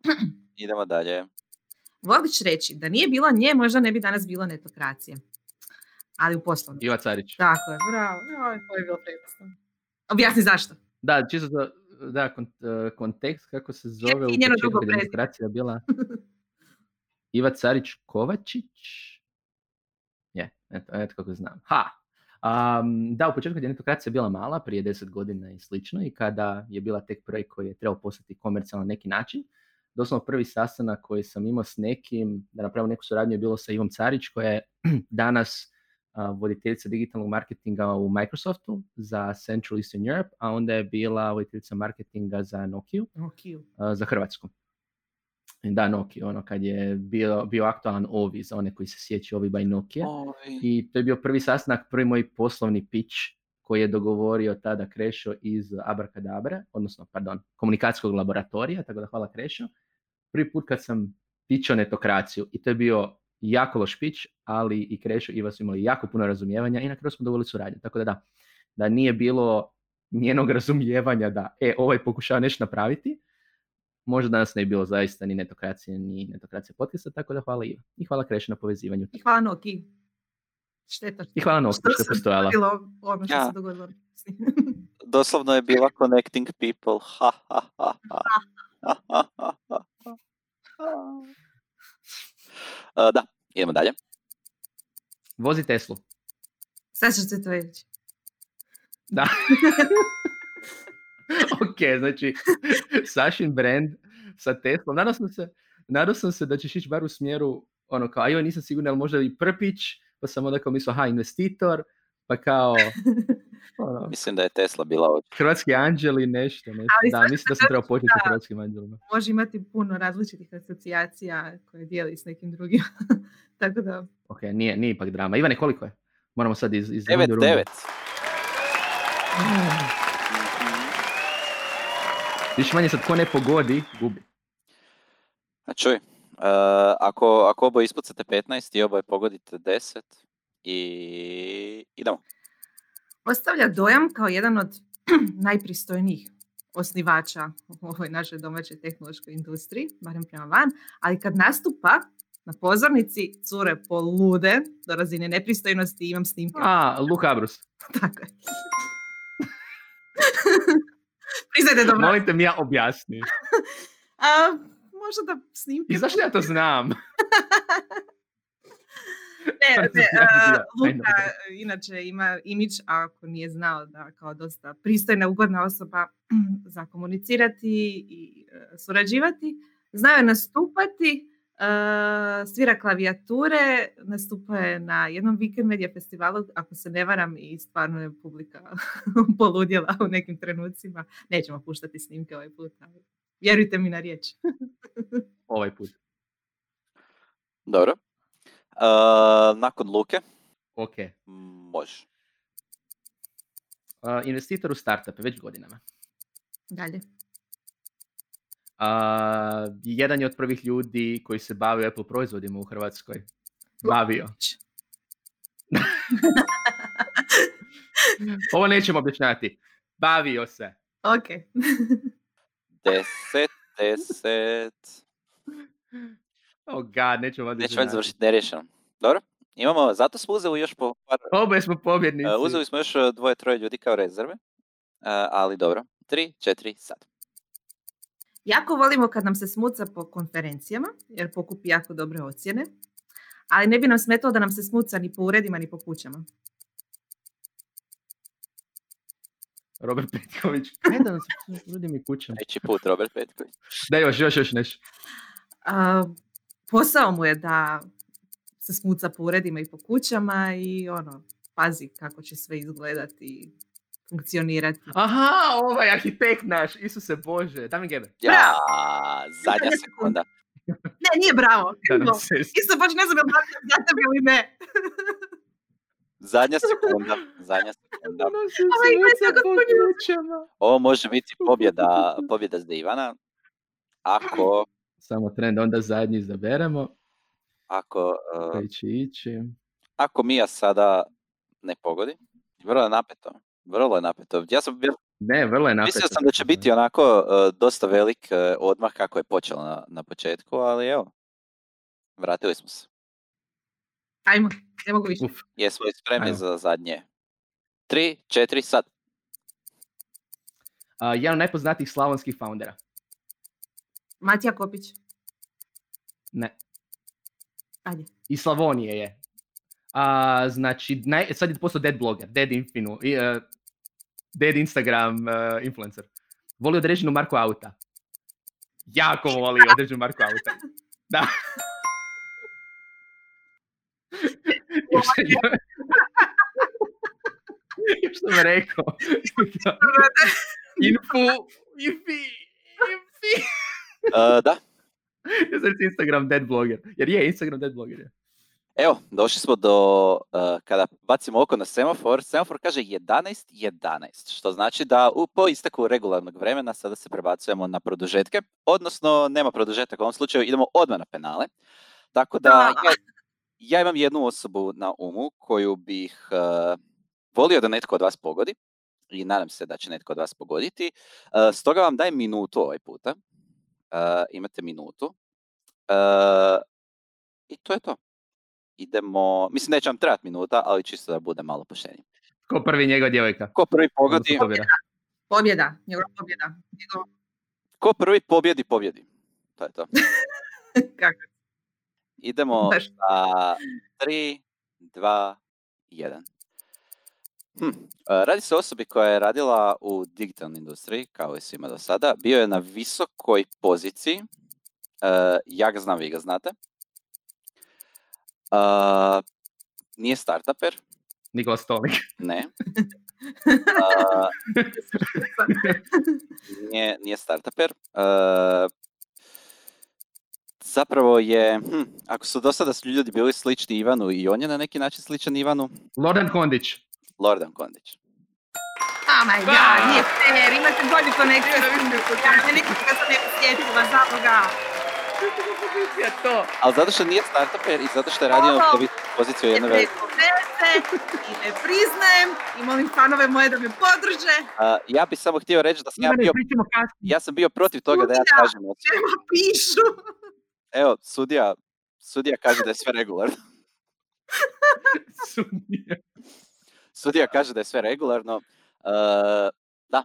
Idemo dalje.
Voliš reći da nije bilo nje, možda ne bi danas bilo netokracije. Ali u poslovnom.
Iva Carić.
Tako je, bravo. Joj, to je bilo prekrasno. Objasni zašto.
Da, čisto za da, kon- e, kontekst kako se zove u
njeno
početku
drugo
kad je
prezime.
demonstracija bila. Iva Carić Kovačić? Je, eto, eto kako znam. Ha! Am, da, u početku kad je netokracija bila mala, prije 10 godina i slično, i kada je bila tek projekt koji je trebao postati komercijalan na neki način, doslovno prvi sastanak koji sam imao s nekim, da napravimo neku suradnju, je bilo sa Ivom Carić, koja je danas a, voditeljica digitalnog marketinga u Microsoftu za Central Eastern Europe, a onda je bila voditeljica marketinga za Nokia,
O, cute.
a, za Hrvatsku. Da, Nokia, ono kad je bio, bio aktualan Ovi, za one koji se sjećaju Ovi by Nokia. I to je bio prvi sastanak, prvi moj poslovni pitch koji je dogovorio tada Krešo iz Abracadabra, odnosno, pardon, komunikacijskog laboratorija, tako da hvala Krešo. Prvi put kad sam pičao netokraciju i to je bio jako loš pić, ali i Krešo i Iva su imali jako puno razumijevanja i na kraju smo dovoljili suradnju. Tako da da, da nije bilo njenog razumijevanja da e, ovaj pokušava nešto napraviti, možda danas ne bi bilo zaista ni netokracije, ni netokracije podcasta, tako da hvala Iva. I hvala Krešo na povezivanju.
I hvala Noki. Šteta.
I hvala na
Što
opet što je
se
postojala.
dogodilo, ono što
Ja.
se dogodilo.
Doslovno je bila connecting people. Ha, ha, ha, ha. Ha, ha, ha, ha, ha. E, Da, idemo dalje.
Vozi Teslu.
Sad ću se to reći.
Da. ok, znači, Sašin brand sa Teslom. Nadao sam se, nadao sam se da ćeš ići bar u smjeru, ono kao, ajoj, nisam siguran, ali možda i Prpić, pa sam onda kao mislio, aha, investitor, pa kao, ono,
Mislim da je Tesla bila od...
hrvatski anđeli, nešto, nešto.
Ali
Da,
Saša
mislim da sam trebao
Đakić,
početi sa hrvatskim anđelima.
Može imati puno različitih asocijacija koje dijeli s nekim drugim. Tako da,
Ok, nije, nije ipak drama. Ivane, koliko je? Moramo sad iz... iz runde
9,
u rundu.
9.
Više manje sad, ko ne pogodi, gubi.
A čuj, e, ako, ako oboje ispucate 15 i oboje pogodite 10 i idemo.
ostavlja dojam kao jedan od najpristojnijih osnivača u ovoj našoj domaćoj tehnološkoj industriji, barem prema van, ali kad nastupa na pozornici cure polude do razine nepristojnosti i imam snimke.
A, Luka Abrus.
Tako je. Priznajte dobro.
Molim te mi ja objasni.
A, možda da snimke...
I zašto ja to znam?
Ne, ne,
Ja,
a,
ja, ajde.
Luka e, inače ima imidž, a ako nije znao da kao dosta pristojna, ugodna osoba za komunicirati i e, surađivati, znao je nastupati, e, svira klavijature, nastupa je na jednom Weekend Media festivalu, ako se ne varam i stvarno je publika poludjela u nekim trenucima. Nećemo puštati snimke ovaj put, ali vjerujte mi na riječ.
Ovaj put.
Dobro. E, nakon Luke,
Ok.
može.
A, investitor u startupe već godinama.
Dalje.
A, jedan je od prvih ljudi koji se bavio Apple proizvodima u Hrvatskoj. Bavio. Ovo nećemo objašnjavati. Bavio se.
Ok.
10, 10.
Oh god, nećemo valjda
Nećemo
iznenađen.
završiti nerješeno. Dobro, imamo, zato smo uzeli još po par,
Oboje smo pobjednici.
e, uzeli smo još e, dvoje, troje ljudi kao rezerve, e, ali dobro, tri, četiri, sad.
Jako volimo kad nam se smuca po konferencijama, jer pokupi jako dobre ocjene, ali ne bi nam smetalo da nam se smuca ni po uredima, ni po kućama.
Robert Petković. Kaj da nas ljudi mi kućam.
Treći put, Robert Petković.
Da, još, još, još nešto.
A, posao mu je da se smuca po uredima i po kućama i ono, pazi kako će sve izgledati i funkcionirati.
Aha, ovaj arhitekt naš, Isuse Bože. Damir Geber.
Ja, zadnja sekunda.
Ne, nije bravo.
Da nam
krivo.
se-
Isto baš ne znam je li bravo za tebe ili ne.
Zadnja sekunda, zadnja sekunda. Ovaj
Ali ima
se
svega
pod
punjenja.
kućama.
Ovo može biti pobjeda, pobjeda s divana. Ako,
Samo trend, onda zadnji izaberemo
ako, uh,
koji će ići.
ako Mija sada ne pogodi, vrlo je napeto. Vrlo je napeto. Ja sam bio-
Ne, vrlo je napeto.
mislio sam da će biti onako uh, dosta velik uh, odmah kako je počelo na, na početku, ali evo, vratili smo se.
Ajmo, ne mogu više.
Uf,
Jesmo li spremni
Ajmo.
za zadnje? Tri, četiri, sad.
a, jedan od najpoznatijih slavonskih foundera.
Matija Kopić.
Ne.
Ajde.
Iz Slavonije je. A, znači, naj, sad je postao dead blogger, dead infinu, i, e, dead Instagram e, influencer. Voli određenu marku auta. Jako voli određenu marku auta. Da. Još sam- Još sam rekao. Infu, infi, infi.
Uh, da,
Ja sam recimo Instagram dead blogger. Jer je Instagram dead blogger. Je.
Evo, došli smo do, uh, kada bacimo oko na semafor, semafor kaže 11.11, što znači da u, po isteku regularnog vremena sada se prebacujemo na produžetke, odnosno nema produžetaka u ovom slučaju, idemo odmah na penale. Tako da
Da.
ja, ja imam jednu osobu na umu koju bih uh, volio da netko od vas pogodi i nadam se da će netko od vas pogoditi. Uh, stoga vam dajem minutu ovaj puta. Uh, imate minutu. Uh, I to je to idemo, mislim neće vam trebati minuta, ali čisto da bude malo poštenije.
Ko prvi njegova djevojka.
Ko prvi pogodi,
Pobjeda.
Pobjeda, njegova pobjeda. Njegova-
ko prvi pobjedi, pobjedi. To je to.
Kako?
Idemo
Baš.
sa 3, 2, 1. Hm. e, Radi se o osobi koja je radila u digitalnoj industriji, kao i svima do sada. Bio je na visokoj poziciji. E, ja ga znam, vi ga znate. E, nije startuper,
Nikola Stolik.
ne. E, nije, nije startuper. Uh, zapravo je, hm, ako su do sada su ljudi bili slični Ivanu i on je na neki način sličan Ivanu,
Lordan Kondić.
Lordan Kondić.
Oh my god, nije fair, imate bolju konekciju. Ja Znači, se nikada sam ne posjetila, za Boga.
to.
Ali zato što nije startuper i zato što je radio
Ono.
na povi- poziciju
Ne
jedne velike.
prepoznajete i ne priznajem i molim fanove moje da me podrže.
A, ja bih samo htio reći da sam ja
Ivane,
bio,
pričamo kasnije.
ja sam bio protiv toga da ja
Sudija.
tražim ocjenu.
Čemu pišu?
Evo, sudija, sudija kaže da je sve regularno.
Sudnije.
Sudija kaže da je sve regularno. Uh, da.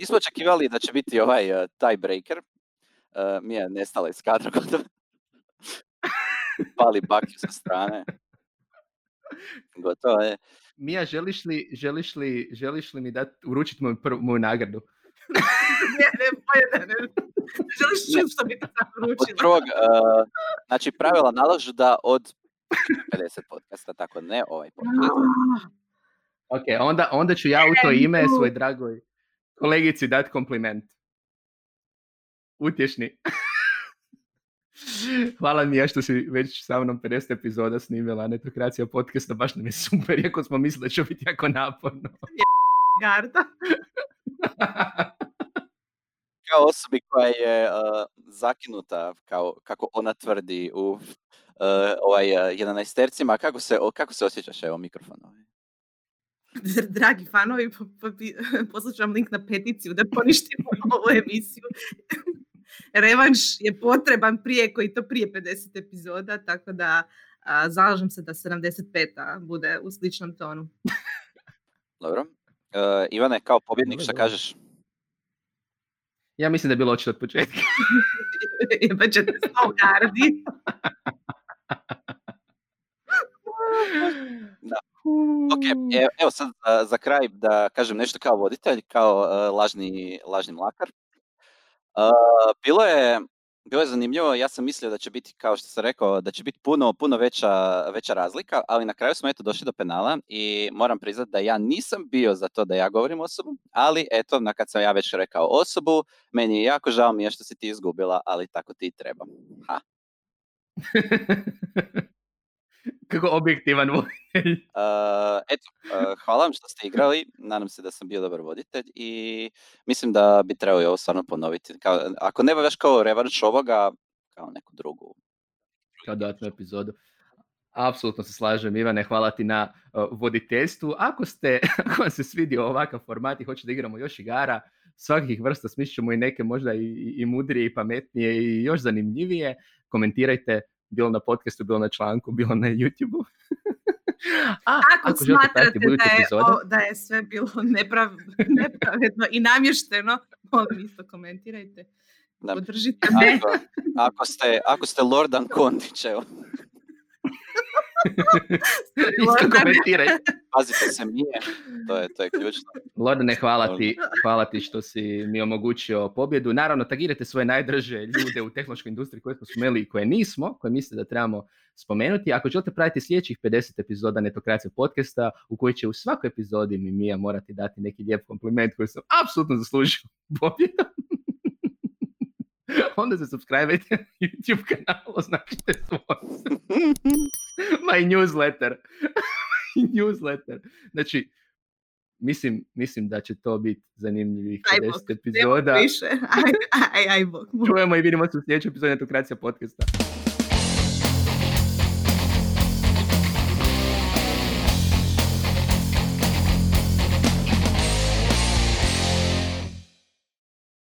Nismo očekivali da će biti ovaj uh, tiebreaker. Uh, Mija je nestala iz kadra gotovo. Pali bakju sa strane. Gotovo je.
Mija, želiš li, želiš li, želiš li mi dati, uručiti moju, prvu, moju nagradu?
Ne, ne, bolje da ne. Ne želiš čuti što bi ti sad
Od
vručila.
prvog, uh, znači pravila nalažu da od 50 podcasta, tako ne ovaj podcast.
Ok, onda, onda ću ja u to ime svoj dragoj kolegici dati kompliment. Utješni. Hvala mi ja što si već sa mnom 50 epizoda snimila Netokracija podcasta, baš nam je super, iako smo mislili da će biti jako naporno.
Garda.
Kao osobi koja je uh, zakinuta, kao, kako ona tvrdi u uh, ovaj, uh, 11 kako se, o, kako se osjećaš evo mikrofon? ovaj?
Dragi fanovi, po- po- pi- poslat ću vam link na peticiju da poništimo ovu emisiju. Revanš je potreban prije koji to prije 50 epizoda, tako da a, zalažem se da 75-a bude u sličnom tonu.
Dobro. E, Ivane, kao pobjednik,
Dobro,
šta
dobro.
kažeš?
Ja mislim da je bilo očito od početka.
Jebat E pa ćete sto gardi.
Ok,
Hmm.
e- evo sad a, za kraj da kažem nešto kao voditelj, kao e, lažni, lažni mlakar. E, bilo je... Bilo je zanimljivo, ja sam mislio da će biti, kao što sam rekao, da će biti puno, puno veća, veća razlika, ali na kraju smo eto došli do penala i moram priznati da ja nisam bio za to da ja govorim osobu, ali eto, na kad sam ja već rekao osobu, meni je jako žao mi je što si ti izgubila, ali tako ti treba. Ha.
Kako objektivan voditelj.
Uh, eto, uh, hvala vam što ste igrali, nadam se da sam bio dobar voditelj i mislim da bi trebao i ovo stvarno ponoviti. Kao, ako ne baš kao revanš ovoga, kao neku drugu.
Kao dodatnu epizodu. Apsolutno se slažem, Ivane, hvala ti na uh, voditeljstvu. Ako, ste, ako vam se svidio ovakav format i hoćete da igramo još igara, svakih vrsta, smišćemo i neke možda i, i mudrije i pametnije i još zanimljivije, komentirajte bilo na podcastu, bilo na članku, bilo na YouTube-u.
A, ako, ako smatrate da je, o, da je sve bilo neprav, nepravedno i namješteno, molim isto komentirajte. Da. Podržite me.
Ako, ako, ste, ako ste Lordan Kondić, evo.
Isto komentiraj.
Pazite se mije, to je, to je ključno.
Lordane, hvala ti, hvala ti što si mi omogućio pobjedu. Naravno, tagirajte svoje najdrže ljude u tehnološkoj industriji koje smo spomenuli i koje nismo, koje mislite da trebamo spomenuti. Ako želite praviti sljedećih 50 epizoda Netokracije podcasta, u kojoj će u svakoj epizodi mi Mija morati dati neki lijep kompliment koji sam apsolutno zaslužio pobjedom, onda se subscribe-ajte na YouTube kanal, označite svoj. My newsletter. My newsletter. Znači, mislim, mislim da će to biti zanimljivih 50 epizoda.
Više. Aj, aj, aj, bok.
Čujemo i vidimo se u sljedećoj epizodi Netokracija podcasta.